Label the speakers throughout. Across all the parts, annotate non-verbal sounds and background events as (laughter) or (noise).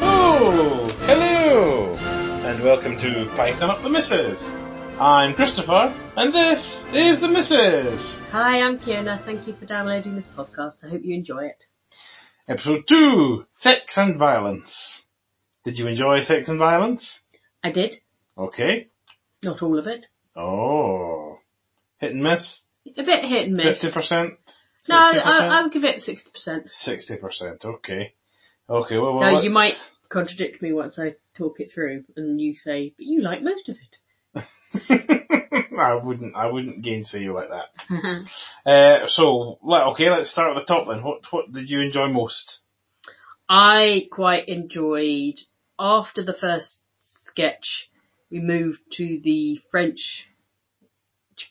Speaker 1: Oh, hello, and welcome to Python Up the Misses. I'm Christopher, and this is the Misses,
Speaker 2: Hi, I'm Fiona. Thank you for downloading this podcast. I hope you enjoy it.
Speaker 1: episode two, sex and violence. Did you enjoy sex and violence?
Speaker 2: I did.
Speaker 1: Okay.
Speaker 2: Not all of it.
Speaker 1: Oh, hit and miss,
Speaker 2: A bit hit and miss.
Speaker 1: fifty percent.
Speaker 2: No, I, I would give it 60%.
Speaker 1: sixty percent. Okay, okay. Well, well
Speaker 2: now,
Speaker 1: let's-
Speaker 2: you might contradict me once I talk it through and you say, but you like most of
Speaker 1: (laughs) I wouldn't. I wouldn't gainsay you like that.
Speaker 2: (laughs) it.
Speaker 1: Uh, so, well, okay, let's start at the top then. What what did you enjoy most?
Speaker 2: I quite enjoyed, after the first sketch, we moved to the French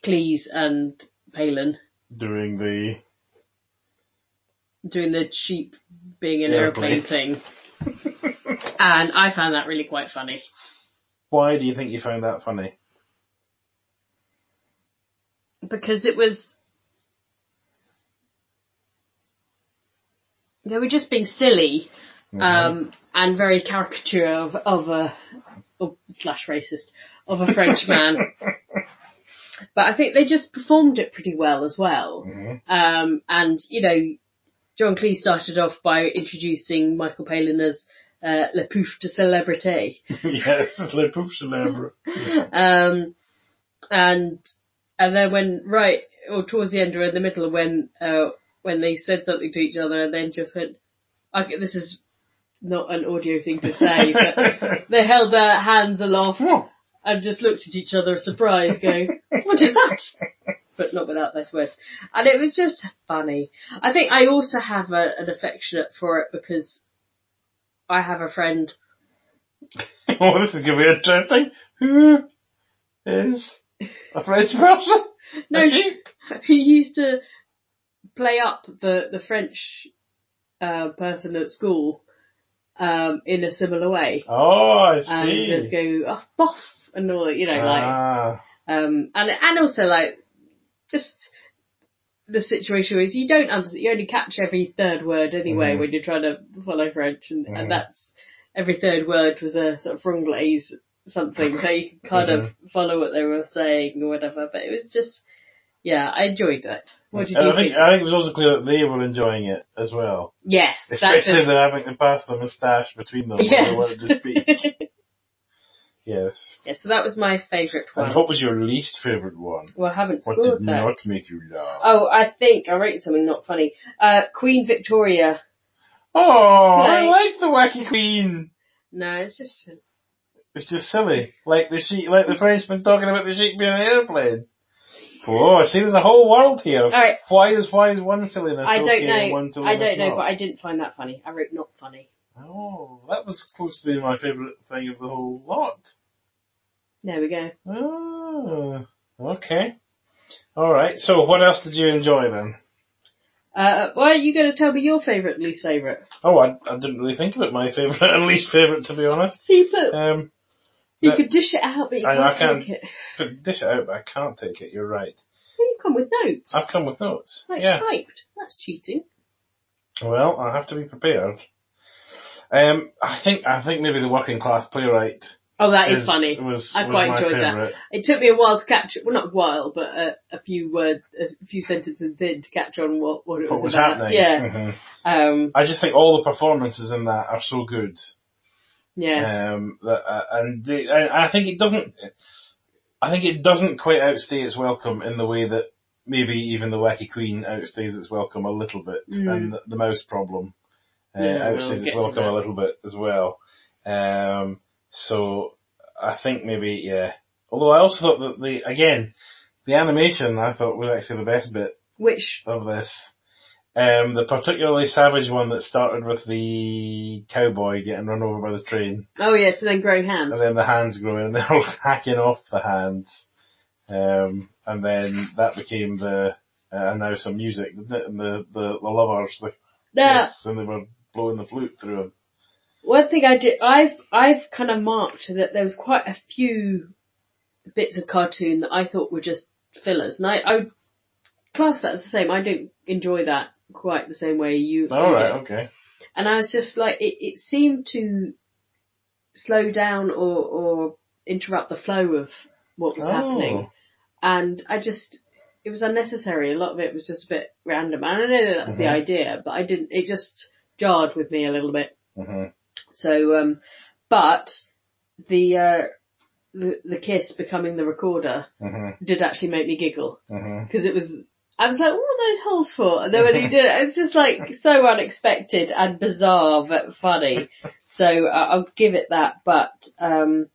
Speaker 2: Cleese and Palin
Speaker 1: During the
Speaker 2: doing the sheep being an
Speaker 1: Airplane.
Speaker 2: aeroplane thing. and I found that really quite funny.
Speaker 1: why do you think you found that
Speaker 2: (laughs)
Speaker 1: funny?
Speaker 2: because it was they were just being silly um, and very caricature of of a of, slash racist of a Frenchman. but I think they just performed it pretty well as well. Um, and you know, John Cleese started off by introducing Michael Palin as uh, Le Pouf de Célébrité.
Speaker 1: yes, it's Le Pouf (laughs)
Speaker 2: (laughs)
Speaker 1: Célèbre.
Speaker 2: Um, and and then when right or towards the end or in the middle when uh, when they said something to each other and then just went, okay, this is not an audio thing to say, but they held their hands aloft and just looked at each other surprised, going, what is that? But not without those words. And it was just funny. I think I also have a, an affectionate for it because I have a friend
Speaker 1: oh, this is going to be interesting. Who is a French person?
Speaker 2: (laughs) No,
Speaker 1: A
Speaker 2: he,
Speaker 1: sheep?
Speaker 2: he used to play up the the French uh, person at school um, in a similar way,
Speaker 1: Oh, I
Speaker 2: and just
Speaker 1: see.
Speaker 2: go oh, boff and all that, you know, like
Speaker 1: Ah,
Speaker 2: um, and and also like just the situation is you don't under, you only catch every third word anyway
Speaker 1: Mhm.
Speaker 2: when you're trying to follow French, and,
Speaker 1: Mhm.
Speaker 2: and that's every third word was a sort of franglais something, so you can kind
Speaker 1: Mm-hmm.
Speaker 2: of follow what they were saying or whatever. But it was just, yeah, I enjoyed that. What did
Speaker 1: And
Speaker 2: you
Speaker 1: I think, uh,
Speaker 2: think?
Speaker 1: I think it was also clear that they were enjoying it as well.
Speaker 2: yes, that's
Speaker 1: Especially
Speaker 2: it.
Speaker 1: the having to pass the moustache between them when they wanted to
Speaker 2: (laughs)
Speaker 1: speak.
Speaker 2: Yes.
Speaker 1: Yes.
Speaker 2: yeah, so that was my favourite
Speaker 1: And
Speaker 2: one.
Speaker 1: what was your least favourite one?
Speaker 2: Well, I haven't
Speaker 1: What
Speaker 2: scored
Speaker 1: did
Speaker 2: that.
Speaker 1: not make you laugh?
Speaker 2: Oh, I think I wrote something not funny. Uh, Queen Victoria.
Speaker 1: Oh, I
Speaker 2: Play.
Speaker 1: like the Wacky Queen.
Speaker 2: No, it's just
Speaker 1: It's just silly. Like the sheep, like the Frenchman talking about the sheep being an airplane. Oh, see, there's a whole world here.
Speaker 2: right.
Speaker 1: Why is why is one silliness
Speaker 2: I don't
Speaker 1: okay and one
Speaker 2: know. I
Speaker 1: silliness
Speaker 2: don't know,
Speaker 1: not?
Speaker 2: but I didn't find that funny. I wrote not funny.
Speaker 1: Oh, that was supposed to be my favourite thing of the whole lot.
Speaker 2: There we go.
Speaker 1: Oh, okay. All right. So, what else did you enjoy then?
Speaker 2: Uh, why are you going to tell me your favourite and least favourite?
Speaker 1: Oh, I, I didn't really think about my favourite (laughs) and least favourite to be honest.
Speaker 2: You put,
Speaker 1: Um,
Speaker 2: you
Speaker 1: that-
Speaker 2: could dish it out, but you
Speaker 1: I-
Speaker 2: can't
Speaker 1: I can.
Speaker 2: take it.
Speaker 1: could dish it out, but I can't take it. You're right.
Speaker 2: Well, you come with notes,
Speaker 1: I've come with notes.
Speaker 2: like
Speaker 1: yeah.
Speaker 2: typed. That's cheating.
Speaker 1: Well, I'll have to be prepared. Um, I think I think maybe the working class playwright
Speaker 2: Oh, that is,
Speaker 1: is-
Speaker 2: funny.
Speaker 1: Was,
Speaker 2: I
Speaker 1: was
Speaker 2: quite
Speaker 1: my
Speaker 2: enjoyed
Speaker 1: favourite.
Speaker 2: that. It took me a while to catch. Well, not a while, but a, a few words, a few sentences in to catch on what what it
Speaker 1: What was
Speaker 2: about.
Speaker 1: happening?
Speaker 2: Yeah.
Speaker 1: Mhm.
Speaker 2: Um.
Speaker 1: I just think all the performances in that are so good.
Speaker 2: Yes.
Speaker 1: Um, that, uh, and they, I, I think it doesn't. I think it doesn't quite outstay its welcome in the way that maybe even the Wacky Queen outstays its welcome a little bit,
Speaker 2: Mm.
Speaker 1: and the, the mouse problem uh,
Speaker 2: Yeah, we'll
Speaker 1: outstays
Speaker 2: get
Speaker 1: its
Speaker 2: to
Speaker 1: welcome
Speaker 2: that.
Speaker 1: a little bit as well. Um, so I think maybe yeah. Although I also thought that the again the animation I thought was actually the best bit
Speaker 2: Which
Speaker 1: of this. Um, the particularly savage one that started with the cowboy getting run over by the train.
Speaker 2: oh yes, and then growing hands.
Speaker 1: (laughs) And then the hands growing, and they're all hacking off the hands. Um, and then that became the, uh, and now some music, didn't it? And the, the, the lovers, the
Speaker 2: Now,
Speaker 1: kiss, and they were blowing the flute through him.
Speaker 2: one thing I did, I've I've kind of marked that there was quite a few bits of cartoon that I thought were just fillers, and I, I would class that as the same. I don't enjoy that quite the same way you. you
Speaker 1: Alright,
Speaker 2: do.
Speaker 1: okay.
Speaker 2: and I was just like, it, it seemed to slow down or, or interrupt the flow of what was
Speaker 1: Oh.
Speaker 2: happening. And I just, it was unnecessary. A lot of it was just a bit random. And I know that that's the
Speaker 1: Mhm.
Speaker 2: idea, but I didn't, it just jarred with me a little bit.
Speaker 1: hmm
Speaker 2: So, um, but the, uh, the, the kiss becoming the recorder
Speaker 1: hmm
Speaker 2: did actually make me giggle
Speaker 1: hmm
Speaker 2: because it was. I was like, what are those holes for? And then when he did it, it's just like so unexpected and bizarre but funny. So uh, I'll give it that, but um,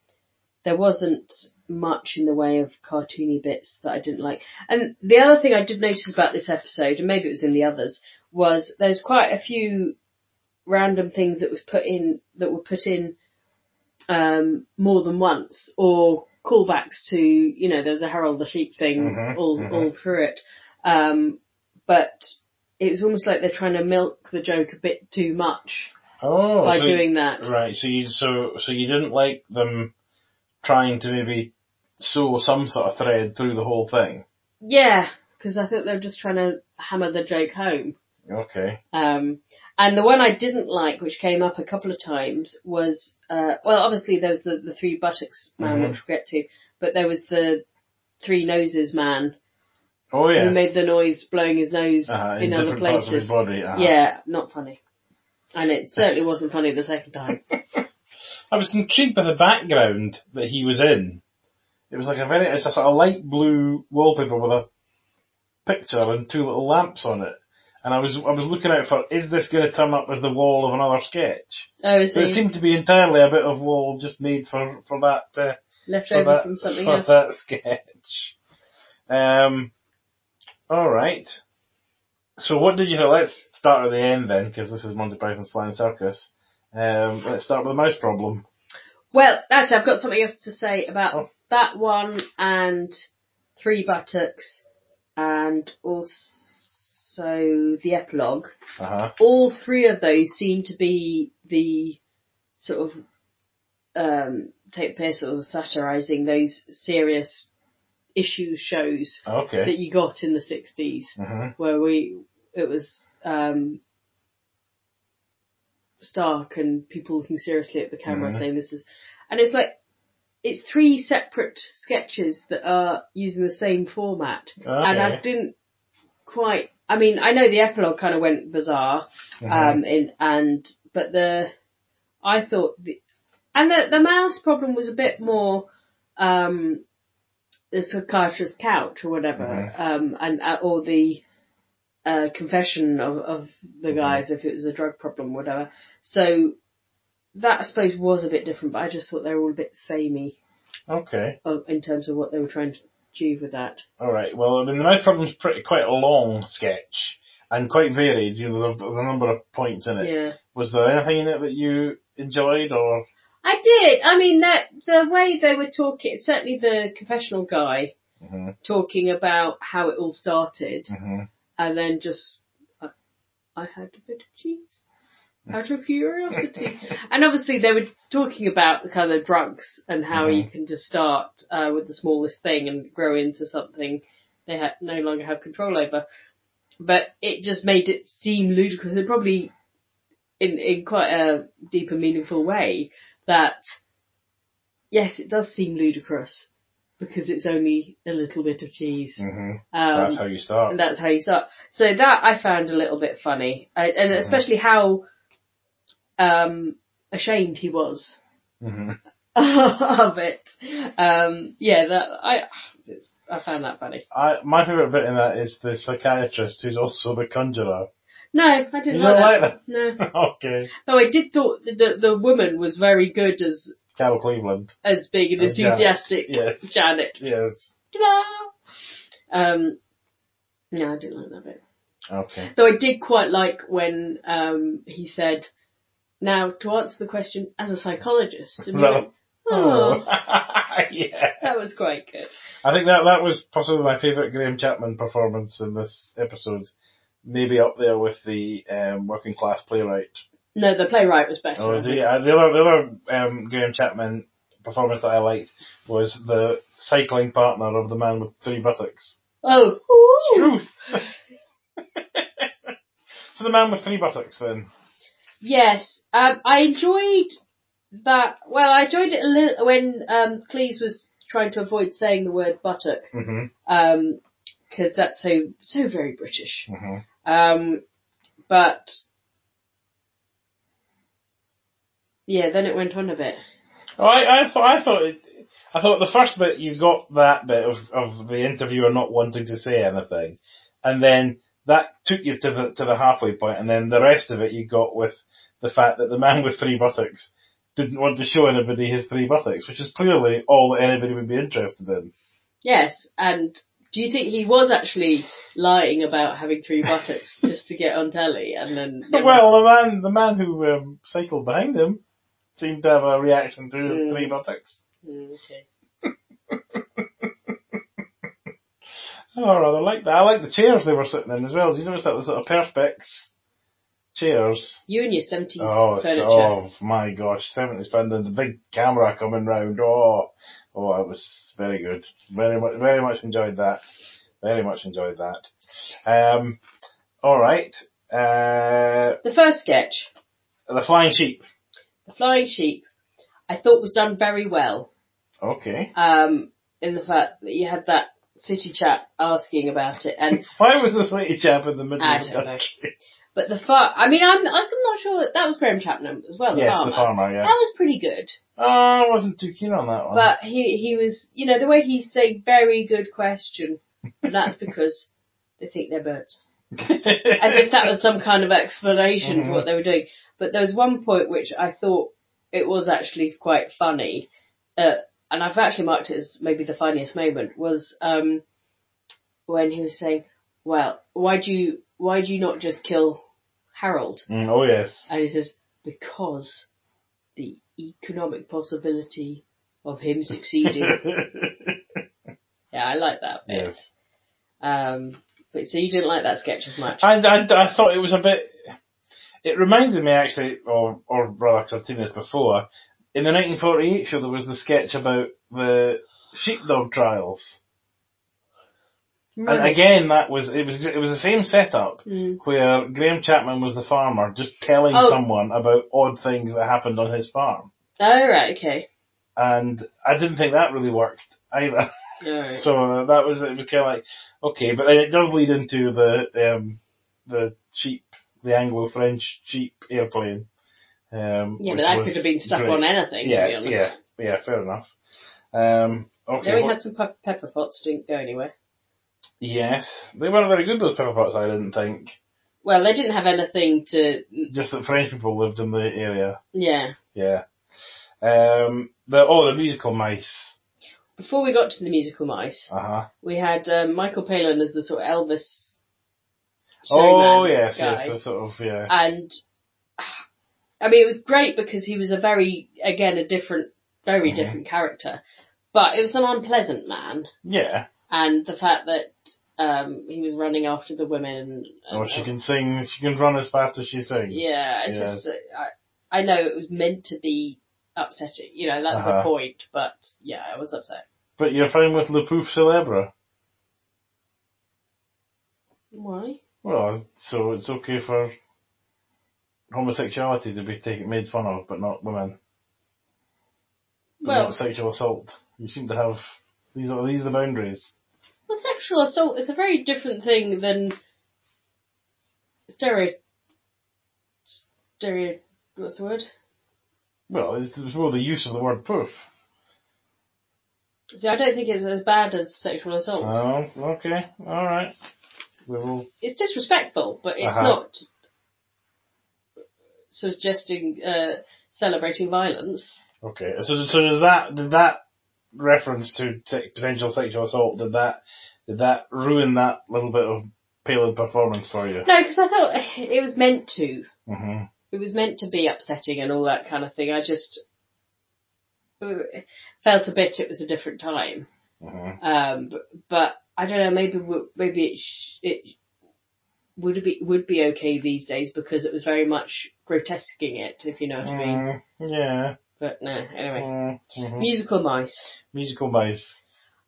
Speaker 2: there wasn't much in the way of cartoony bits that I didn't like. And the other thing I did notice about this episode, and maybe it was in the others, was there's quite a few random things that was put in that were put in um, more than once, or callbacks to you know there was a Harold the Sheep thing
Speaker 1: Mhm,
Speaker 2: all
Speaker 1: mhm.
Speaker 2: all through it, um, but it was almost like they're trying to milk the joke a bit too much
Speaker 1: Oh,
Speaker 2: by
Speaker 1: so-
Speaker 2: doing that.
Speaker 1: Right, so you so so you didn't like them trying to maybe sew some sort of thread through the whole thing.
Speaker 2: Yeah, because I think they're just trying to hammer the joke home.
Speaker 1: Okay.
Speaker 2: Um, and the one I didn't like, which came up a couple of times, was uh, well, obviously there was the, the three buttocks man,
Speaker 1: Mhm.
Speaker 2: which we'll get to, but there was the three noses man
Speaker 1: Oh yeah.
Speaker 2: who made the noise blowing his nose
Speaker 1: uh,
Speaker 2: in, other
Speaker 1: different parts of his
Speaker 2: places.
Speaker 1: body. uh-huh.
Speaker 2: Yeah, not funny. And it certainly wasn't funny the second time.
Speaker 1: I was intrigued by the background that he was in. It was like a very it's a sort of light blue wallpaper with a picture and two little lamps on it. And I was I was looking out for is this going to turn up as the wall of another sketch?
Speaker 2: Oh, is
Speaker 1: But it
Speaker 2: he
Speaker 1: seemed to be entirely a bit of wall just made for for that. Uh,
Speaker 2: left
Speaker 1: for
Speaker 2: over
Speaker 1: that,
Speaker 2: from something
Speaker 1: for
Speaker 2: else?
Speaker 1: that sketch. Um, all right. So what did you think? Let's start at the end then, because this is Monty Python's Flying Circus. Um, let's start with the mouse problem.
Speaker 2: Well, actually, I've got something else to say about
Speaker 1: Oh.
Speaker 2: that one and three buttocks and also the epilogue.
Speaker 1: Uh huh.
Speaker 2: All three of those seem to be the sort of um, take the piss or satirising those serious issue shows
Speaker 1: Okay.
Speaker 2: that you got in the 60s
Speaker 1: Mhm.
Speaker 2: where we it was um, stark and people looking seriously at the camera
Speaker 1: Mhm.
Speaker 2: saying this is, and it's like it's three separate sketches that are using the same format, and I
Speaker 1: Okay.
Speaker 2: didn't quite. I mean, I know the epilogue kind of went bizarre, um, in and but the I thought the and the the mouse problem was a bit more. Um, the psychiatrist's couch or whatever,
Speaker 1: Mhm.
Speaker 2: um, and uh, or the uh, confession of, of the guys if it was a drug problem, or whatever. So that I suppose was a bit different, but I just thought they were all a bit samey
Speaker 1: Okay.
Speaker 2: uh, in terms of what they were trying to achieve with that.
Speaker 1: All right. Well, I mean, the mouse problem's pretty quite a long sketch and quite varied. You know, there's a, there's a number of points in it.
Speaker 2: Yeah,
Speaker 1: Was there anything in it that you enjoyed or?
Speaker 2: I did. I mean that the way they were talking, certainly the confessional guy
Speaker 1: Mhm.
Speaker 2: talking about how it all started,
Speaker 1: Mhm.
Speaker 2: and then just I, I had a bit of cheese. Out of curiosity, and obviously they were talking about the kind of drugs and how you can just start uh, with the smallest thing and grow into something they ha- no longer have control over. But it just made it seem ludicrous, and probably in in quite a deep and meaningful way. That yes, it does seem ludicrous because it's only a little bit of cheese.
Speaker 1: Mhm.
Speaker 2: Um,
Speaker 1: That's how you start.
Speaker 2: and that's how you start. So that I found a little bit funny, I, and
Speaker 1: Mm-hmm.
Speaker 2: especially how um, ashamed he was
Speaker 1: Mhm.
Speaker 2: (laughs) of it. Um, yeah, that I I found that funny.
Speaker 1: I, my favourite bit in that is the psychiatrist who's also the conjurer. (laughs)
Speaker 2: No, I didn't
Speaker 1: You
Speaker 2: like
Speaker 1: don't like
Speaker 2: that.
Speaker 1: that?
Speaker 2: No,
Speaker 1: okay.
Speaker 2: though I did thought that the, the woman was very good as
Speaker 1: Carol Cleveland.
Speaker 2: as big and
Speaker 1: As Janet,
Speaker 2: enthusiastic
Speaker 1: yes.
Speaker 2: Janet.
Speaker 1: Yes.
Speaker 2: Ta-da! Um, no, I didn't like that bit.
Speaker 1: Okay.
Speaker 2: Though I did quite like when um, he said, "Now to answer the question as a psychologist," and he
Speaker 1: Well.
Speaker 2: went, Oh,
Speaker 1: (laughs) yeah.
Speaker 2: that was quite good.
Speaker 1: I think that that was possibly my favourite Graham Chapman performance in this episode. Maybe up there with the um, working class playwright.
Speaker 2: No, the playwright was better.
Speaker 1: Oh, the, uh, the other the other um, Graham Chapman performance that I liked was the cycling partner of the man with three buttocks.
Speaker 2: Oh,
Speaker 1: Truth. (laughs) so the man with three buttocks then.
Speaker 2: Yes, um, I enjoyed that. Well, I enjoyed it a little when um, Cleese was trying to avoid saying the word buttock
Speaker 1: hmm
Speaker 2: because that's so so very British.
Speaker 1: hmm
Speaker 2: Um, but yeah, then it went on a bit.
Speaker 1: Oh, I, I thought I thought it, I thought the first bit you got that bit of, of the interviewer not wanting to say anything, and then that took you to the to the halfway point, and then the rest of it you got with the fact that the man with three buttocks didn't want to show anybody his three buttocks, which is clearly all that anybody would be interested in.
Speaker 2: Yes, and do you think he was actually lying about having
Speaker 1: (laughs)
Speaker 2: three buttocks just to get on telly and then?
Speaker 1: well, the man the man who um, cycled behind him seemed to have a reaction to his
Speaker 2: Mm.
Speaker 1: three buttocks.
Speaker 2: Mm, okay.
Speaker 1: Oh, I rather like that. I like the chairs they were sitting in as well. Did you notice that the sort of perspex chairs?
Speaker 2: You and your seventies
Speaker 1: Oh, it's-
Speaker 2: furniture.
Speaker 1: oh my gosh, seventy spend and the big camera coming round. Oh, oh, it was very good. Very much, very much enjoyed that. Very much enjoyed that. Um, all right. Uh,
Speaker 2: The first sketch,
Speaker 1: the flying sheep.
Speaker 2: the flying sheep, I thought was done very well.
Speaker 1: Okay.
Speaker 2: Um, in the fact that you had that city chat asking about it, and
Speaker 1: Why was this lady chap in the middle
Speaker 2: I
Speaker 1: of the
Speaker 2: don't know.
Speaker 1: country?
Speaker 2: but the far, I mean, I'm I'm not sure that, that was Graham Chapman as well.
Speaker 1: Yes, the farmer.
Speaker 2: That
Speaker 1: Yeah.
Speaker 2: was pretty good.
Speaker 1: Oh, I wasn't too keen on that one. (laughs)
Speaker 2: Um, But he he was, you know, the way he's saying very good question, and that's because they think they're birds. As if that was some kind of explanation for what they were doing. But there was one point which I thought it was actually quite funny, uh, and I've actually marked it as maybe the funniest moment was um, when he was saying, "Well, why do you why do you not just kill Harold?"
Speaker 1: Mm, oh yes.
Speaker 2: And he says, because the economic possibility of him succeeding. yeah, I like that
Speaker 1: (laughs)
Speaker 2: bit.
Speaker 1: yes.
Speaker 2: Um, but so you didn't like that sketch as much.
Speaker 1: I, I, I thought it was a bit. It reminded me actually, or or rather, 'cause I've seen this before. In the 1948 show, there was the sketch about the sheepdog trials, and
Speaker 2: Right.
Speaker 1: again, that was it was it was the same setup
Speaker 2: Mm.
Speaker 1: where Graham Chapman was the farmer, just telling
Speaker 2: Oh.
Speaker 1: someone about odd things that happened on his farm,
Speaker 2: Oh, right, okay.
Speaker 1: and I didn't think that really worked either.
Speaker 2: Alright.
Speaker 1: So uh, that was it was kind of like okay, but then it does lead into the um the sheep, the Anglo-French sheep airplane. Um,
Speaker 2: yeah,
Speaker 1: which
Speaker 2: but that
Speaker 1: was
Speaker 2: could have been stuck
Speaker 1: great.
Speaker 2: on anything,
Speaker 1: Yeah,
Speaker 2: to be honest.
Speaker 1: yeah, yeah. Fair enough. Um, okay.
Speaker 2: Then we
Speaker 1: what-
Speaker 2: had some pe- pepper pots, didn't go anywhere.
Speaker 1: yes, they weren't very good those pepper pots. I didn't think.
Speaker 2: Well, they didn't have anything to,
Speaker 1: Just that French people lived in the area.
Speaker 2: yeah.
Speaker 1: Yeah. Um, the oh the musical mice.
Speaker 2: Before we got to the musical mice,
Speaker 1: Uh huh.
Speaker 2: we had um, Michael Palin as the sort of Elvis.
Speaker 1: Oh
Speaker 2: showman
Speaker 1: yes,
Speaker 2: guy. Uh,
Speaker 1: yes. The sort of yeah.
Speaker 2: and I mean it was great because he was a very again a different very
Speaker 1: Mhm.
Speaker 2: different character, but it was an unpleasant man,
Speaker 1: yeah.
Speaker 2: and the fact that um, he was running after the women. And,
Speaker 1: Oh, she can sing. She can run as fast as she sings.
Speaker 2: uh, Yeah, I just I I know it was meant to be upsetting. You know that's
Speaker 1: Uh-huh.
Speaker 2: the point, but yeah, I was upset.
Speaker 1: But you're fine with Le Pouf Célèbre.
Speaker 2: Why?
Speaker 1: Well, so it's okay for homosexuality to be taken, made fun of, but not women. But
Speaker 2: Well,
Speaker 1: not sexual assault. You seem to have these are these are the boundaries.
Speaker 2: well, sexual assault is a very different thing than stereo. Stereo. What's the word?
Speaker 1: Well, it's, it's more the use of the word poof.
Speaker 2: See, I don't think it's as bad as sexual assault.
Speaker 1: Oh, okay, all right. We will.
Speaker 2: it's disrespectful, but it's
Speaker 1: Uh-huh.
Speaker 2: not suggesting uh, celebrating violence.
Speaker 1: Okay. So, so does that did that reference to se- potential sexual assault did that did that ruin that little bit of Palin performance for you?
Speaker 2: No, because I thought it was meant to.
Speaker 1: hmm
Speaker 2: It was meant to be upsetting and all that kind of thing. I just uh, felt a bit it was a different time.
Speaker 1: Mhm.
Speaker 2: Um, but, but I don't know. Maybe w- maybe it sh- it would be would be okay these days because it was very much grotesquing it, if you know what I mean.
Speaker 1: Mm, yeah.
Speaker 2: But no, anyway.
Speaker 1: Mm, mhm.
Speaker 2: Musical mice.
Speaker 1: Musical mice.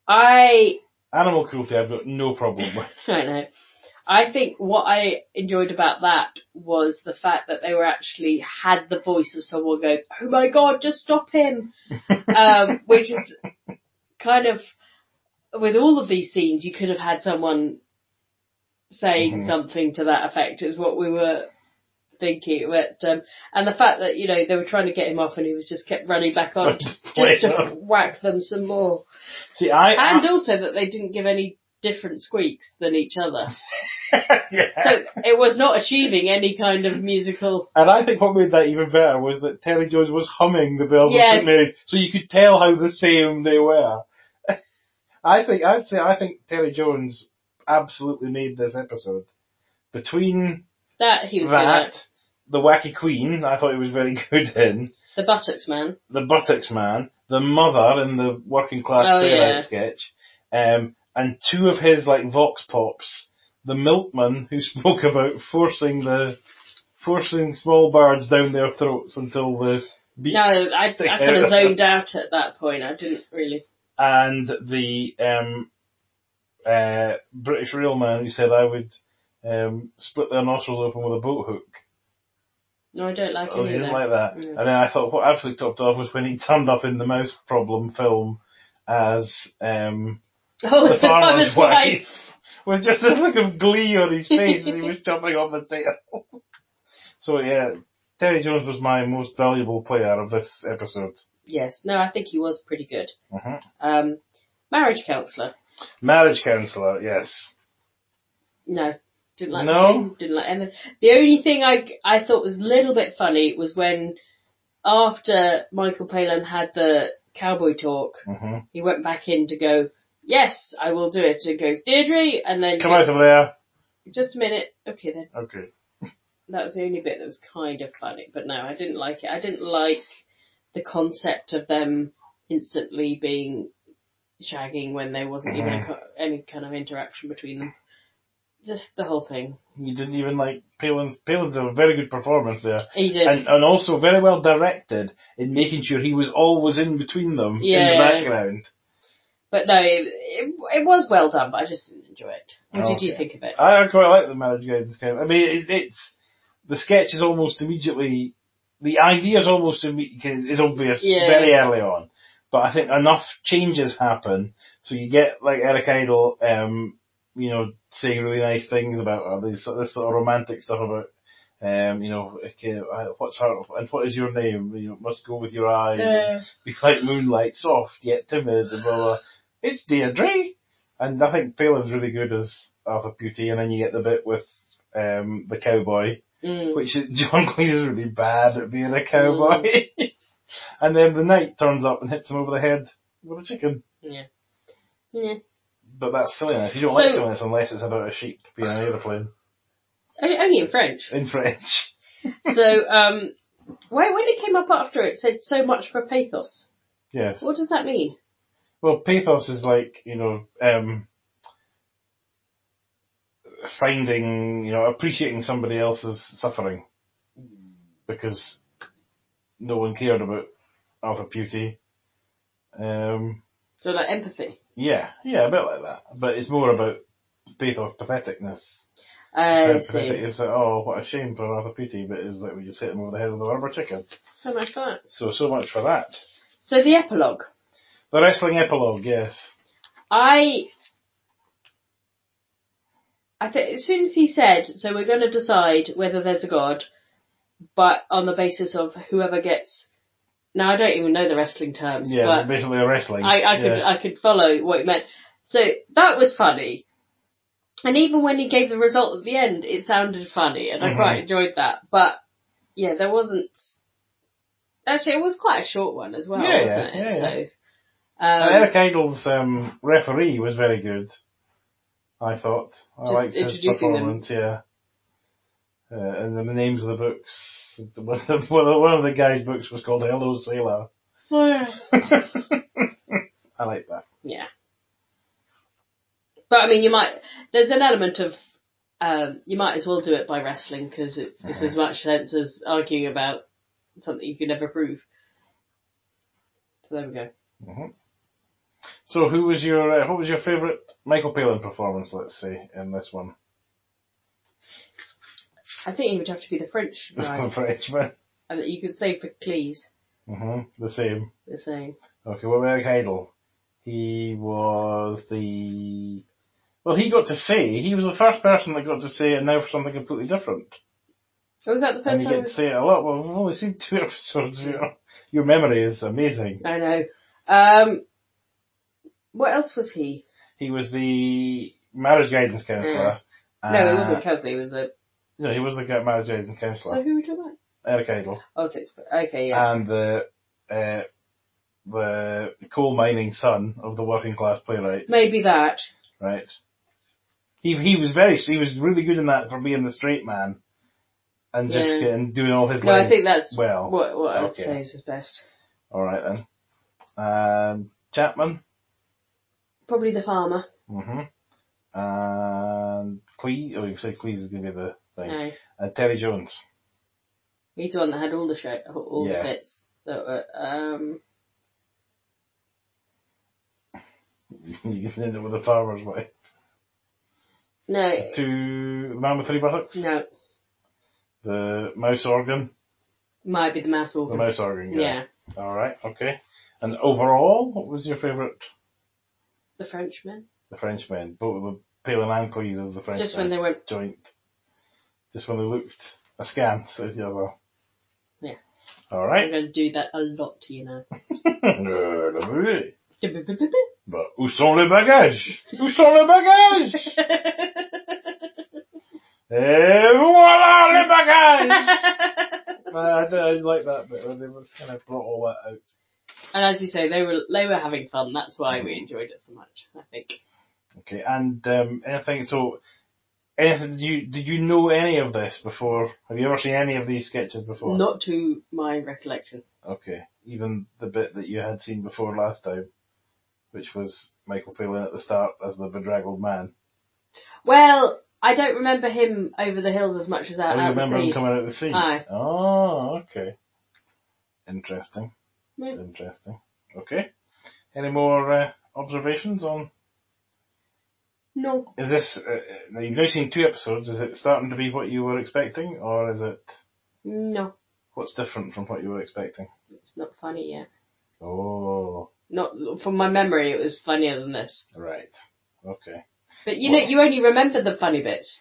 Speaker 2: I
Speaker 1: Animal cruelty, I've got no problem with.
Speaker 2: I know. I think what I enjoyed about that was the fact that they were actually had the voice of someone going, "Oh my god, just stop him," um, which is kind of with all of these scenes, you could have had someone saying
Speaker 1: Mhm.
Speaker 2: something to that effect. Is what we were thinking, but um, and the fact that you know they were trying to get him off and he was just kept running back on just to whack them some more,
Speaker 1: (laughs) See, I.
Speaker 2: and also that they didn't give any different squeaks than each other.
Speaker 1: I- (laughs) yeah.
Speaker 2: So it was not achieving any kind of musical.
Speaker 1: And I think what made that even better was that Terry Jones was humming the bells
Speaker 2: Yes.
Speaker 1: of St Mary's, so you could tell how the same they were. (laughs) I think I'd say I think Terry Jones absolutely made this episode. Between
Speaker 2: That he was good
Speaker 1: that,
Speaker 2: at.
Speaker 1: the Wacky Queen, I thought he was very (laughs) good in,
Speaker 2: The buttocks man.
Speaker 1: the Buttocks Man, the Mother in the Working Class
Speaker 2: Oh,
Speaker 1: Playwright
Speaker 2: yeah.
Speaker 1: sketch, um, and two of his like vox pops, the Milkman who (laughs) spoke about forcing the forcing small birds down their throats until the beaks
Speaker 2: No, I, I
Speaker 1: stick
Speaker 2: kind of
Speaker 1: out.
Speaker 2: zoned out at that point. I didn't really.
Speaker 1: (laughs) and the um, uh, British real man who said I would um, split their nostrils open with a boat hook.
Speaker 2: No, I don't like
Speaker 1: Oh, he
Speaker 2: any of
Speaker 1: didn't
Speaker 2: that.
Speaker 1: like that.
Speaker 2: Mm.
Speaker 1: And then I thought what absolutely topped off was when he turned up in the mouse problem film as um,
Speaker 2: (laughs) (laughs) Oh,
Speaker 1: the
Speaker 2: the farmer's wife.
Speaker 1: (laughs) with just this look of glee on his face as he
Speaker 2: (laughs)
Speaker 1: was jumping off the tail. so yeah, Terry Jones was my most valuable player of this episode.
Speaker 2: Yes, no, I think he was pretty good.
Speaker 1: Mhm.
Speaker 2: Um, marriage counsellor.
Speaker 1: Marriage counsellor, yes.
Speaker 2: No, didn't like.
Speaker 1: No?
Speaker 2: The scene, didn't like anything. The only thing I I thought was a little bit funny was when after Michael Palin had the cowboy talk,
Speaker 1: hmm
Speaker 2: he went back in to go. Yes, I will do it. And goes, Deirdre, and then
Speaker 1: Come out of there.
Speaker 2: Just a minute. Okay then.
Speaker 1: Okay.
Speaker 2: That was the only bit that was kind of funny, but no, I didn't like it. I didn't like the concept of them instantly being shagging when there wasn't even
Speaker 1: Mm-hmm.
Speaker 2: a, co- any kind of interaction between them. Just the whole thing.
Speaker 1: You didn't even like Palin's. Palin's a very good performance there,
Speaker 2: He did.
Speaker 1: and and also very well directed in making sure he was always in between them in
Speaker 2: Yeah.
Speaker 1: the background.
Speaker 2: but no, it, it, it was well done, but I just didn't enjoy it. What did you
Speaker 1: Oh, Okay.
Speaker 2: think of it?
Speaker 1: I I quite like the marriage guidance kind. I mean, it, it's the sketch is almost immediately the idea is almost immediate is obvious
Speaker 2: Yeah.
Speaker 1: very early on, but I think enough changes happen so you get like Eric Idle, um, you know, saying really nice things about her, this, this sort of romantic stuff about. Um, you know, okay, uh, what's her, and what is your name? You must go with your eyes
Speaker 2: Uh,
Speaker 1: be like moonlight, soft yet timid, and blah blah. It's Deirdre, and I think Palin's really good as Arthur Beauty, and then you get the bit with um the cowboy,
Speaker 2: mm.
Speaker 1: which (laughs) is, John Cleese is really bad at being a cowboy, (laughs) and then the knight turns up and hits him over the head with a chicken.
Speaker 2: Yeah. Yeah.
Speaker 1: But that's silliness. You don't like
Speaker 2: So-
Speaker 1: silliness unless it's about a sheep being an aeroplane
Speaker 2: O- Only in French.
Speaker 1: in French. (laughs)
Speaker 2: so, um, where, when it came up after it said so much for pathos.
Speaker 1: Yes.
Speaker 2: What does that mean?
Speaker 1: Well, pathos is like you know, um, finding you know, appreciating somebody else's suffering because no one cared about Arthur Beauty. Um,
Speaker 2: So like empathy.
Speaker 1: yeah, yeah, a bit like that, but it's more about pathos, patheticness.
Speaker 2: I
Speaker 1: How pathetic
Speaker 2: see.
Speaker 1: it's like, oh, what a shame for Arthur Beauty, but it's like we just hit him over the head with a rubber chicken.
Speaker 2: So much fun.
Speaker 1: So, so much for that.
Speaker 2: So the epilogue.
Speaker 1: The wrestling epilogue, yes.
Speaker 2: I. I think as soon as he said, so we're going to decide whether there's a god, but on the basis of whoever gets. Now I don't even know the wrestling terms,
Speaker 1: Yeah,
Speaker 2: but
Speaker 1: basically a wrestling.
Speaker 2: I, I could
Speaker 1: yeah.
Speaker 2: I could follow what it meant. So that was funny. And even when he gave the result at the end, it sounded funny, and I
Speaker 1: Mhm.
Speaker 2: quite enjoyed that. But yeah, there wasn't. Actually, it was quite a short one as well,
Speaker 1: Yeah,
Speaker 2: wasn't
Speaker 1: yeah,
Speaker 2: it?
Speaker 1: yeah,
Speaker 2: So,
Speaker 1: And
Speaker 2: um,
Speaker 1: Eric Idle's um, referee was very good. I thought I
Speaker 2: Just
Speaker 1: liked his
Speaker 2: introducing them.
Speaker 1: performance. Yeah, uh, (laughs) and the names of the books. One of the, one of the guy's books was called Hello Sailor, (laughs) I like that.
Speaker 2: (sighs) Yeah. But I mean, you might. There's an element of um, you might as well do it by wrestling because it's,
Speaker 1: Mm-hmm.
Speaker 2: it's as much sense as arguing about something you can never prove. So there we go.
Speaker 1: So, who was your uh, what was your favourite Michael Palin performance? Let's say in this one, (laughs)
Speaker 2: I think it would have to be the
Speaker 1: (laughs)
Speaker 2: French guy,
Speaker 1: for Hitchman.
Speaker 2: and you could say for Cleese
Speaker 1: hmm The same.
Speaker 2: the same.
Speaker 1: Okay, what about Heidel? He was the well. He got to say he was the first person that got to say it now for something completely different.
Speaker 2: Oh, was that the
Speaker 1: And
Speaker 2: first
Speaker 1: you
Speaker 2: time?
Speaker 1: get to say it a lot. Well, we've only seen (laughs) two episodes. You know. Your memory is amazing.
Speaker 2: I know. Um, what else was he?
Speaker 1: He was the marriage guidance counsellor.
Speaker 2: Mm. no,
Speaker 1: Uh,
Speaker 2: it wasn't Kesley. It was the
Speaker 1: No, he was the gu- marriage guidance
Speaker 2: so
Speaker 1: counsellor.
Speaker 2: who were we talking about?
Speaker 1: Eric Idle.
Speaker 2: Oh, it's, okay, yeah.
Speaker 1: And the uh, the coal mining son of the working class playwright.
Speaker 2: Maybe that.
Speaker 1: Right. He he was very he was really good in that for being the straight man, and just
Speaker 2: Yeah.
Speaker 1: getting doing all his.
Speaker 2: No, I
Speaker 1: lines
Speaker 2: think that's
Speaker 1: well.
Speaker 2: what what I would
Speaker 1: okay.
Speaker 2: say is his best.
Speaker 1: All right then. Um, Chapman.
Speaker 2: Probably the farmer.
Speaker 1: Mm-hmm. And Cleese. Oh, you say Cleese is gonna be the thing.
Speaker 2: No,
Speaker 1: And Terry Jones. (laughs)
Speaker 2: he's the one that had all the show, all
Speaker 1: Yeah.
Speaker 2: the bits that were. Um,
Speaker 1: you can end up with the farmer's way.
Speaker 2: no,
Speaker 1: To the man with three buttocks.
Speaker 2: no,
Speaker 1: The mouse organ.
Speaker 2: might be the mouse
Speaker 1: The
Speaker 2: organ.
Speaker 1: mouse organ. Guy.
Speaker 2: yeah,
Speaker 1: All right. Okay. And overall, what was your favourite?
Speaker 2: the Frenchman.
Speaker 1: The Frenchmen, both of the Palin and Cleese as the Frenchmen.
Speaker 2: Just when they went,
Speaker 1: joint. Just when they looked askance at the other.
Speaker 2: Yeah.
Speaker 1: All
Speaker 2: I'm
Speaker 1: right.
Speaker 2: going to do that a lot to you now.
Speaker 1: (laughs) No, la movie.
Speaker 2: That's
Speaker 1: But où sont les bagages? Où sont les (laughs) bagages?
Speaker 2: (laughs)
Speaker 1: Et voilà les
Speaker 2: (laughs)
Speaker 1: bagages! Uh, I, I, like that bit when they were kind of brought all that out.
Speaker 2: and as you say, they were they were having fun. That's why we enjoyed it so much. I think.
Speaker 1: Okay, and um, anything, so, anything, did you, did you know any of this before? Have you ever seen any of these sketches before?
Speaker 2: Not to my recollection.
Speaker 1: Okay, even the bit that you had seen before last time, which was Michael Palin at the start as the bedraggled man.
Speaker 2: Well, I don't remember him over the hills as much as Uh, I
Speaker 1: Oh, you
Speaker 2: out the
Speaker 1: remember him
Speaker 2: sea.
Speaker 1: coming out of the sea?
Speaker 2: Aye.
Speaker 1: Oh, okay. Interesting.
Speaker 2: Yeah.
Speaker 1: Interesting. Okay. Any more uh, observations on?
Speaker 2: No,
Speaker 1: Is this? Uh, uh, now you've now seen two episodes. Is it starting to be what you were expecting, or is it
Speaker 2: no,
Speaker 1: what's different from what you were expecting?
Speaker 2: it's not funny yet.
Speaker 1: Oh,
Speaker 2: Not from my memory. It was funnier than this.
Speaker 1: right. Okay,
Speaker 2: But you know,
Speaker 1: Well-
Speaker 2: you only remember the funny bits,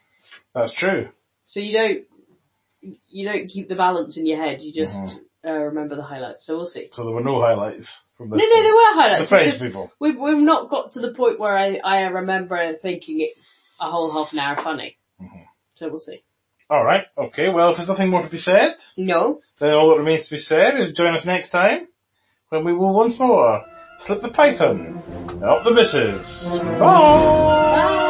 Speaker 1: that's true.
Speaker 2: so you don't you don't keep the balance in your head. You just
Speaker 1: Mm-hmm.
Speaker 2: uh, remember the highlights. So we'll see.
Speaker 1: So there were no highlights from
Speaker 2: No,
Speaker 1: this.
Speaker 2: no, there were highlights.
Speaker 1: the
Speaker 2: it's
Speaker 1: French
Speaker 2: just-
Speaker 1: people.
Speaker 2: We've we've not got to the point where I I remember thinking it's a whole half an hour funny. So we'll see.
Speaker 1: All right. Okay. Well, if there's nothing more to be said,
Speaker 2: No,
Speaker 1: then all that remains to be said is join us next time when we will once more slip the python up the missus. Bye.